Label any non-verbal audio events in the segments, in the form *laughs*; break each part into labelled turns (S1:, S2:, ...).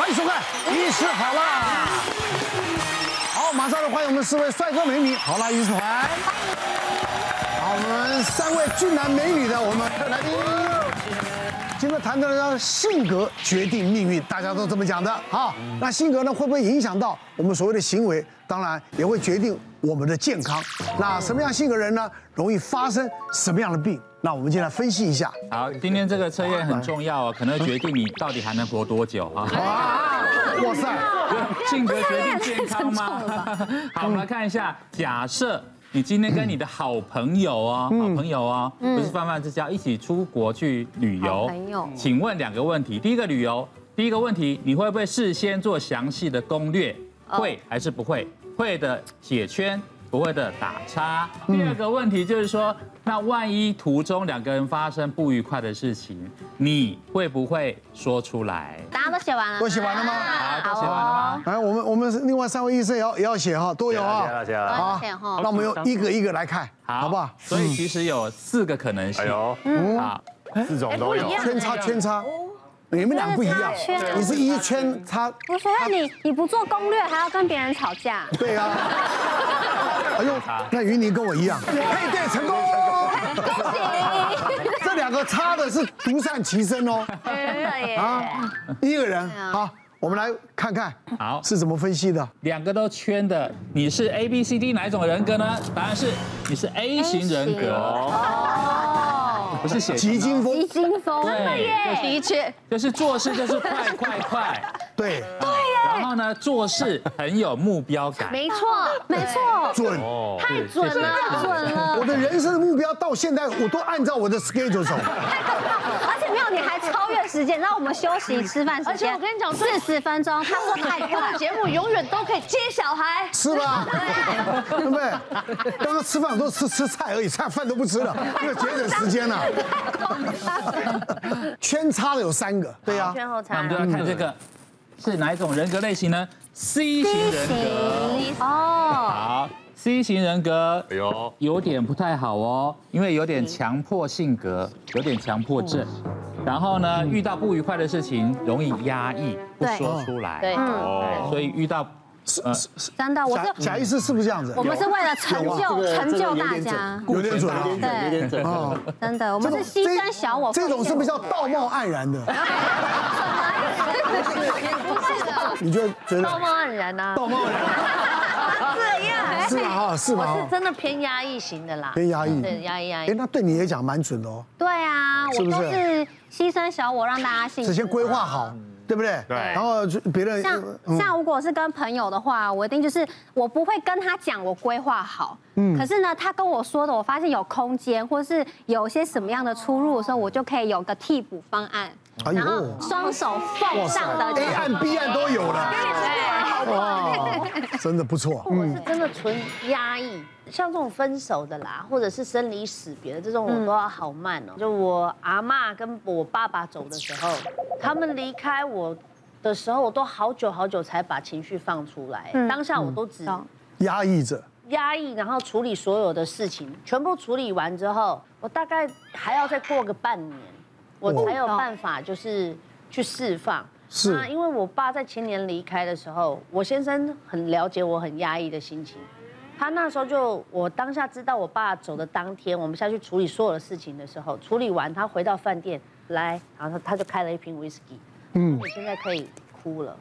S1: 欢迎收看《医师好辣》。好，马上就欢迎我们四位帅哥美女，好辣医师团。好，我们三位俊男美女的我们的来宾。今天谈到了性格决定命运，大家都这么讲的啊。那性格呢，会不会影响到我们所谓的行为？当然也会决定我们的健康。那什么样性格人呢，容易发生什么样的病？那我们进来分析一下。
S2: 好，今天这个测验很重要哦，可能决定你到底还能活多久啊。
S1: 哇，哇塞！
S2: *laughs* 性格决定健康吗？好，我们来看一下，假设。你今天跟你的好朋友哦，
S3: 嗯
S2: 好朋友哦，不是泛泛之交，一起出国去旅
S3: 好
S2: 游
S3: 朋友。
S2: 请问两个问题，第一个旅游，第一个问题，你会不会事先做详细的攻略？
S3: 哦
S2: 会还是不会？会的写圈，不会的打叉。
S3: 嗯
S2: 第二个问题就是说，那万一途中两个人发生不愉快的事情，你会不会说出来？
S3: 大家都写完了，
S1: 都写完了吗
S3: 啊
S2: 好，都写完了
S3: 哦
S2: 吗？
S1: 来，我们我们另外三位医生也要也要写哈，都有啊。
S4: 谢
S3: 好
S4: 了，
S3: 哦
S1: 好
S3: 都写哈，
S1: 那我们又一个一个来看，好不好？嗯
S2: 所以其实有四个可能性啊
S4: 哎。呦，
S2: 好，
S4: 四种都有
S3: 哎不一，样
S1: 圈叉圈叉，你们俩不一样
S3: 真的差圈啊，
S1: 你是一圈叉，
S3: 不是那哎你你不做攻略，还要跟别人吵架，
S1: 对啊。哎呦，那云妮跟我一样，配对成功。
S3: 恭喜你，
S1: 这两个差的是独善其身哦，
S3: 真的耶，
S1: 啊，一个人
S3: 啊
S1: 好，我们来看看
S2: 好
S1: 是怎么分析的。
S2: 两个都圈的，你是 A B C D 哪一种人格呢？答案是你是 A 型人格，
S3: 哦，
S2: 不是写
S1: 急惊
S3: 急
S1: 风，
S3: 惊风，真的耶，的确，
S2: 就是做事就是快快快，
S1: 对，
S3: 哦
S2: 然后呢做事很有目标感。
S3: 没错，没错，
S1: 准。
S4: 哦
S3: 太准了，太准
S1: 我
S3: 了，
S1: 的人生的目标到现在，我都按照我的 schedule 走。
S3: 而且没有，你还超越时间，让我们休息吃饭时
S5: 而且
S3: 间，
S5: 我跟你讲
S3: 四十分钟，他说太
S5: 我
S3: 快
S5: 的，节目永远都可以接小孩，
S1: 是吧？对不对？刚刚吃饭我都吃吃菜而已，菜饭都不吃了，因为节省时间了。圈叉的有三个，对呀、
S5: 后
S2: 那我们就来看这个是哪一种人格类型呢？C 型人格，
S3: 哦，
S2: 好，C 型人格
S4: 哎呦，
S2: 有点不太好哦，因为有
S5: 嗯
S2: 点强迫性格，有点强迫症。
S5: 哦
S2: 然后呢，遇到不愉快的事情容易压抑，不
S3: 对
S2: 说出来。
S5: 对
S2: 对，所以遇到呃
S3: 真的，我
S1: 贾
S3: 是
S1: 贾医师是不是这样子
S3: 嗯我？们是为了成
S6: 有啊这
S3: 就
S6: 个
S3: 成就大
S6: 这个有点
S3: 家
S6: 准，
S1: 有点准啊，
S3: 对
S6: 有点准。
S1: 哦，
S3: 真的，我们是牺牲小我，
S1: 这种是不是
S3: 叫？
S1: 叫道貌岸然的？你就觉得
S5: 道貌岸然呐，
S1: 道貌岸然
S5: 这样
S1: 是吧？哈，是吧？
S5: 哎我是
S1: 哈，
S5: 真的偏压抑型的啦，
S1: 偏压抑。
S5: 对压抑压
S1: 哎，
S5: 抑，
S1: 那对你也讲蛮准的哦，
S3: 对啊，
S1: 是
S3: 我
S1: 不是
S3: 都是牺牲小我让大家幸
S1: 事先
S3: 福。
S1: 规划嗯好，
S3: 嗯
S1: 对不对？
S4: 对
S1: 然后就别人
S3: 像像如果是跟朋友的话，我一定就是我不会跟他讲我规划好，
S1: 嗯
S3: 可是呢，他跟我说的，我发现有空间或是有些什么样的出入的时候，我就可以有个替补方案，
S1: 哎
S3: 然后
S1: 呦，
S3: 双手奉上的
S1: ，A 案 B 案都有了，哇，真的不错。
S5: 我是真的纯压抑。像这种分手的啦，或者是生离死别的这种，
S3: 嗯
S5: 我都要好慢哦、就我阿妈跟我爸爸走的时候，他们离开我的时候，我都好久好久才把情绪放出来。
S3: 嗯
S5: 当下我都只
S3: 懂
S1: 压抑着，
S5: 压抑，然后处理所有的事情，全部处理完之后，我大概还要再过个半年，我
S1: 哦
S5: 才有办法就是去释放。
S1: 是
S5: 那因为我爸在前年离开的时候，我先生很了解我很压抑的心情。他那时候就，我当下知道我爸走的当天，我们下去处理所有的事情的时候，处理完他回到饭店来，然后他他就开了一瓶 whisky，嗯，我现在可以哭了。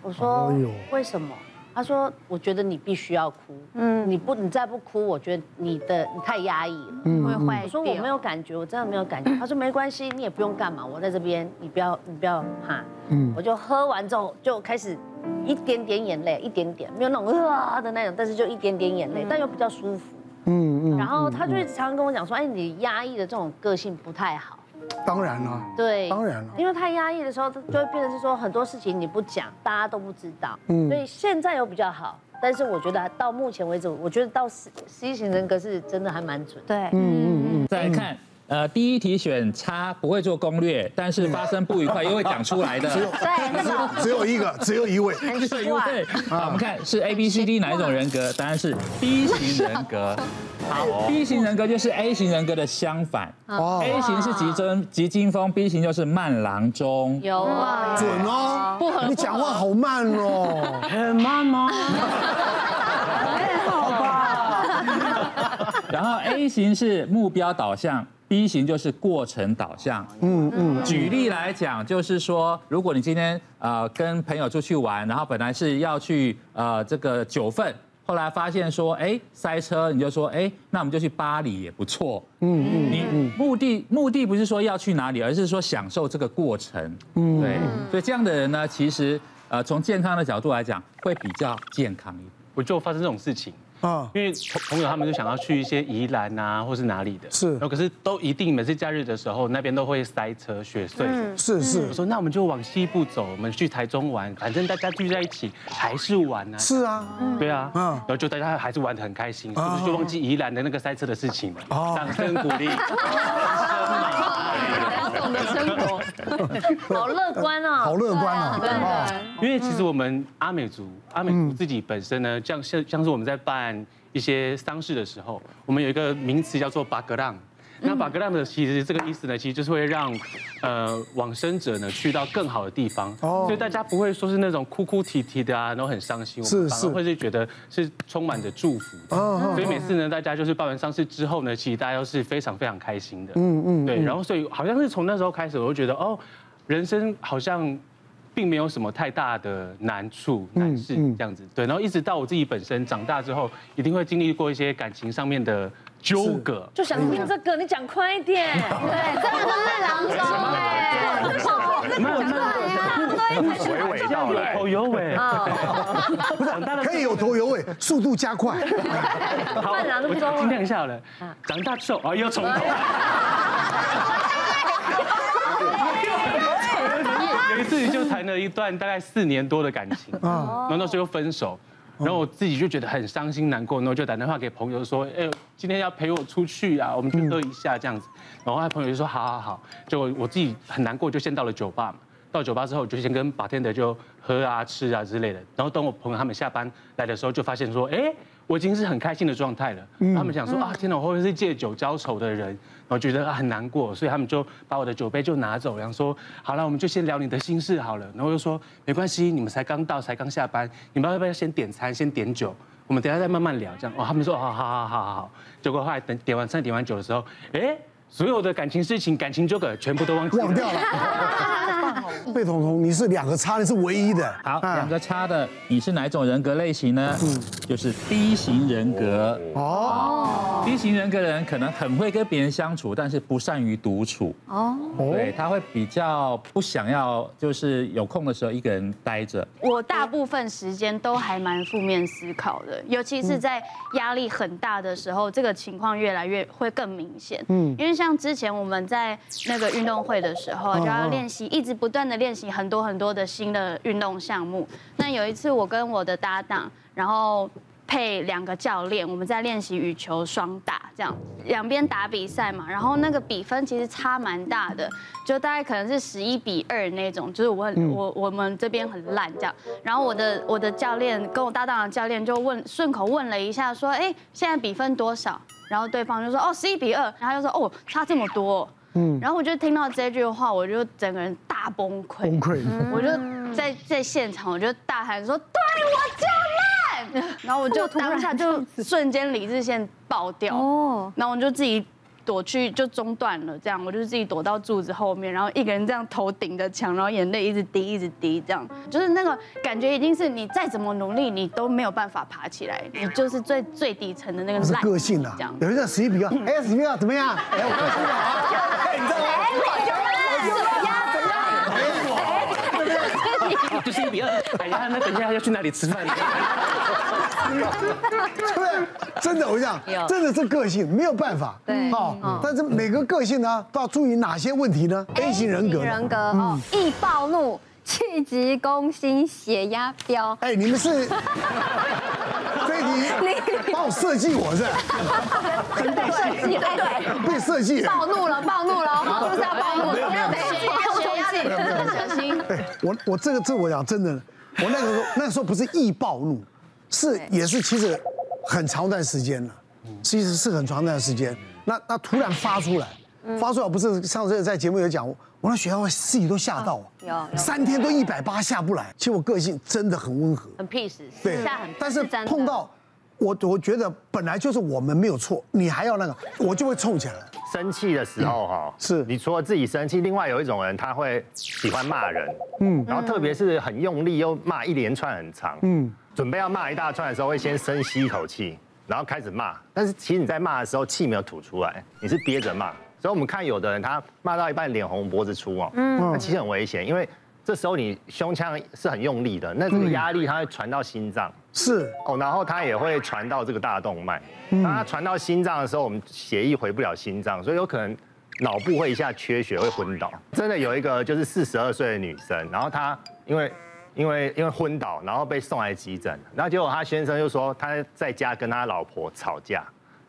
S5: 我说
S1: 哎呦
S5: 为什么？他说我觉得你必须要哭，嗯，你不你再不哭，我觉得你的你太压抑了。
S3: 会坏
S5: 我说我没有感觉，我真的没有感觉。他说没关系，你也不用干嘛，我在这边，你不要你不要怕。嗯，我就喝完之后就开始一点点眼泪，一点点，没有那种啊的那种，但是就一点点眼泪，但又比较舒服。嗯嗯。然后他就一直常常跟我讲说，哎，你压抑的这种个性不太好。
S1: 当然啊了，
S5: 对，
S1: 当然了
S5: 因为太压抑的时候，它就会变成是说很多事情你不讲，大家都不知道。所以现在有比较好，但是我觉得到目前为止，我觉得到 C C 型人格是真的还蛮准的。
S3: 对，
S2: 再来看呃，第一题选差，不会做攻略，但
S5: 嗯
S2: 是发生不愉快又会讲出
S5: *laughs*
S2: 来的。 *laughs*
S3: 对，那种
S1: 只有一个，只有一位。
S5: 很
S2: 对
S5: 奇怪。
S2: 好，我们看是 A B C D 哪一种人格？答案是 B 型人
S5: *laughs*
S2: 格。好，B 型人格就是 A 型人格的相反。
S1: 哦
S2: A 型是急中急惊风，B 型就是慢郎中。
S5: 有啊，
S1: 准哦，不你讲话好慢哦，很慢吗？
S2: 然后 A 型是目标导向，B 型就是过程导向。
S1: 嗯嗯，
S2: 举例来讲，就是说，如果你今天呃跟朋友出去玩，然后本来是要去呃这个九份，后来发现说，哎塞车，你就说，哎那我们就去巴黎也不错。嗯嗯，你目的目的不是说要去哪里，而是说享受这个过程。嗯，对，所以这样的人呢，其实呃从健康的角度来讲，会比较健康一点。
S4: 我就发生这种事情。
S1: 啊，
S4: 因为朋朋友他们就想要去一些宜兰啊，或是哪里的，
S1: 是
S4: 然后可是都一定每次假日的时候，那边都会塞车、雪隧。
S1: 是是
S4: 我说那我们就往西部走，我们去台中玩，反正大家聚在一起还是玩啊。
S1: 是啊，
S4: 对啊，
S1: 嗯
S4: 然后就大家还是玩得很开心，是不
S1: 啊
S4: 是就忘记宜兰的那个塞车的事情了？
S1: 哦
S4: 掌声鼓励。
S3: 啊
S5: *laughs* 两种的生活， *laughs* 好乐观哦，
S1: 好乐观哦，
S5: 对
S1: 啊
S4: 因为其实我们阿美族，阿美
S1: 嗯
S4: 族自己本身呢，像像像是我们在办一些丧事的时候，我们有一个名词叫做巴格浪。那巴格浪的其实这个意思呢，其实就是会让呃往生者呢去到更好的地方，
S1: 哦
S4: 所以大家不会说是那种哭哭啼啼的啊，然后很伤心，我
S1: 是
S4: 们反
S1: 是
S4: 而会是觉得是充满着祝福的。
S1: 啊，
S4: 所以每次呢，大家就是办完丧事之后呢，其实大家都是非常非常开心的。嗯嗯，对。然后所以好像是从那时候开始，我就觉得哦，人生好像并没有什么太大的难处、难事这样子。对。然后一直到我自己本身长大之后，一定会经历过一些感情上面的纠葛。
S5: 就想听这哎个，你讲快一点。
S3: 对，真的是慢郎中哎，
S4: 没有，没有
S6: 娓娓道来
S4: 哦头。有哎尾。不是，长大了之后
S1: 可以有头有尾，速度加快，
S4: 好，
S5: 慢郎中
S4: 我尽量一下好了。长大之后啊，又重头。有一次就谈了一段大概四年多的感情，然后那时候又分手，然后我自己就觉得很伤心难过，然后就打电话给朋友说，哎，今天要陪我出去啊，我们去喝一下这样子。然后他朋友就说好好好，就我自己很难过，就先到了酒吧嘛。到酒吧之后，我就先跟 bartender 就喝啊、吃啊之类的。然后等我朋友他们下班来的时候，就发现说，哎，我已经是很开心的状态了。
S1: 嗯
S4: 他们想说啊，天哪，我会不会是借酒浇愁的人？然后觉得啊很难过，所以他们就把我的酒杯就拿走，然后说好了，我们就先聊你的心事好了。然后我就说没关系，你们才刚到，才刚下班，你们要不要先点餐，先点酒？我们等一下再慢慢聊，这样哦。他们说好好好好好好。结果后来等点完餐、点完酒的时候，哎，所有的感情事情、感情纠葛全部都忘记了
S1: 忘掉
S4: *laughs*
S1: 了。贝彤彤，你是两个叉，你是唯一的。
S2: 好，
S1: 啊嗯
S2: 两个差的，你是哪一种人格类型呢？就是 D 型人格。
S1: 哦
S2: D 型人格的人可能很会跟别人相处，但是不善于独处。
S1: 哦
S2: 对，他会比较不想要，就是有空的时候一个人待着。
S7: 我大部分时间都还蛮负面思考的，尤其是在压力很大的时候，这个情况越来越会更明显。嗯，因为像之前我们在那个运动会的时候，就要练习，一直不断的练习很多很多的新的运动项目。那有一次我跟我的搭档，然后。配两个教练，我们在练习羽球双打，这样两边打比赛嘛，然后那个比分其实差蛮大的，就大概可能是十一比二那种，就是我很、我我们这边很烂这样，然后我的我的教练跟我搭档的教练就问顺口问了一下说，哎，现在比分多少？然后对方就说哦十一比二，然后他就说哦差这么多哦、嗯，然后我就听到这句话，我就整个人大崩溃，
S1: 崩溃，
S7: 我就在在现场，我就大喊说：“对我就烂！”然后我就当下就瞬间理智线爆掉，
S3: 哦
S7: 哦，然后我就自己躲去就中断了，这样我就自己躲到柱子后面，然后一个人这样头顶着墙，然后眼泪一直滴一直滴，这样就是那个感觉已经是你再怎么努力你都没有办法爬起来，你就是最最底层的那个
S1: 是
S7: 烂
S1: 个性啊
S7: 这样。。
S1: 有人在十一比二，哎，十一比二怎么样？哎，我个性好。哎，你知道吗？
S4: 就是一比二。哎呀，那等一下要去哪里吃饭？啊
S1: *laughs* 对不对？真的，我讲，真的是个性，没有办法。
S3: 对
S1: 哦，但是每个个性呢，都要注意哪些问题呢？A 型人格呢。
S3: 人格哦，易暴怒、气急攻心、血压飙。
S1: 哎，你们是这一题你帮我设计我是吧
S3: 设计对，
S1: 被设计人。
S3: 暴怒了，暴怒了，是不是要暴怒？
S1: 没有没有没有
S3: 血压血压
S1: 没有没有没有
S7: 小心。
S1: 我我这个这我讲真的，我那个时候那时候不是易暴怒，是也是其实很长一段时间了，其实是很长一段时间。那那突然发出来，
S3: 嗯
S1: 发出来不是上次在节目有讲，我我那血压我自己都吓到啊
S3: 哦有，有
S1: 三天都一百八下不来。其实我个性真的很温和，
S5: 很 peace，
S1: 对
S5: 现在很，
S1: 但是
S3: 嗯是真的
S1: 碰到我我觉得本来就是我们没有错，你还要那个，我就会冲起来了。
S8: 生气的时候哈，
S1: 是
S8: 你除了自己生气，另外有一种人他会喜欢骂人，嗯，然后特别是很用力又骂一连串很长，嗯，准备要骂一大串的时候，会先深吸一口气，然后开始骂，但是其实你在骂的时候气没有吐出来，你是憋着骂，所以我们看有的人他骂到一半脸红脖子粗哦，嗯，那其实很危险，因为这时候你胸腔是很用力的，那这个压力它会传到心脏。
S1: 是
S8: 哦，然后它也会传到这个大动脉。当它传到心脏的时候，我们血液回不了心脏，所以有可能脑部会一下缺血，会昏倒。真的有一个就是四十二岁的女生，然后她因为因为因为昏倒，然后被送来急诊，然后结果她先生就说她在家跟她老婆吵架。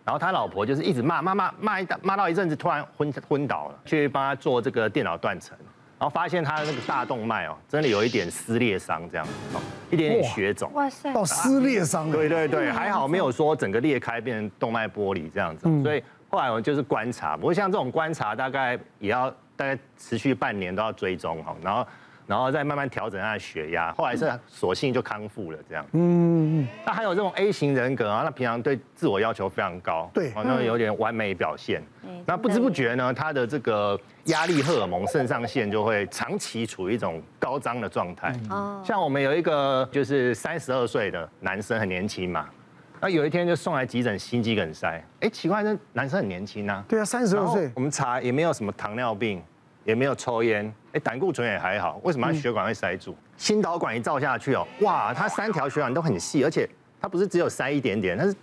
S8: 然后她老婆就是一直骂骂骂骂一大骂到一阵子，突然昏昏倒了，去帮她做这个电脑断层，然后发现她的那个大动脉哦，真的有一点撕裂伤这样子，哦一点点血肿。
S3: 哇塞，
S1: 到撕裂伤了。嗯
S8: 对对对，还好没有说整个裂开变成动脉剥离这样
S1: 嗯
S8: 子，所以后来我就是观察，不过像这种观察大概也要大概持续半年都要追踪哈，然后然后再慢慢调整他的血压，后来是索性就康复了这样。嗯，那还有这种 A 型人格啊，那平常对自我要求非常高，
S1: 对
S8: 哦那有点完美表现。那不知不觉呢，他的这个压力荷尔蒙肾上腺就会长期处于一种高涨的状态。像我们有一个就是三十二岁的男生，很年轻嘛，那有一天就送来急诊心肌梗塞，哎，奇怪，这男生很年轻啊，
S1: 对啊，三十
S8: 然
S1: 二
S8: 后
S1: 岁
S8: 我们查也没有什么糖尿病，也没有抽烟，哎，胆固醇也还好，为什
S1: 嗯
S8: 么他血管会塞住？心导管一照下去哦，哇，他三条血管都很细，而且他不是只有塞一点点，他是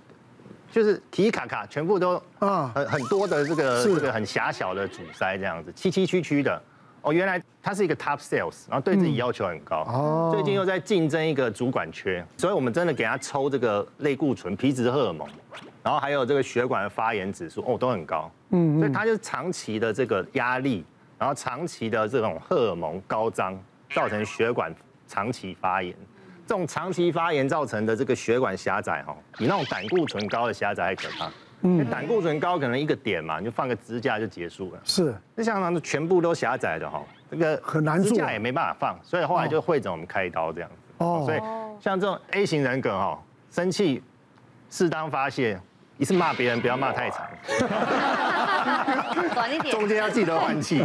S8: 就是皮卡卡，全部都
S1: 啊
S8: 啊很很多的这个
S1: 是
S8: 这个很狭小的阻塞这样子，崎崎岖岖的。哦，原来他是一个 top sales，然后对自己要求很高。
S1: 哦
S8: 哦，最近又在竞争一个主管缺，所以我们真的给他抽这个类固醇、皮质荷尔蒙，然后还有这个血管的发炎指数，哦，都很高。嗯，所以他就是长期的这个压力，然后长期的这种荷尔蒙高涨，造成血管长期发炎。这种长期发炎造成的这个血管狭窄，哈，比那种胆固醇高的狭窄还可怕。因为胆固醇高可能一个点嘛，你就放个支架就结束了。
S1: 是
S8: 那像他们全部都狭窄的哈，这个
S1: 很难做
S8: 支架也没办法放，所以后来就会诊我们开刀这样子。
S1: 哦
S8: 哦，所以像这种 A 型人格哈，生气适当发泄，一次骂别人不要骂太长，
S5: 短一点。
S8: 中间要记得换气。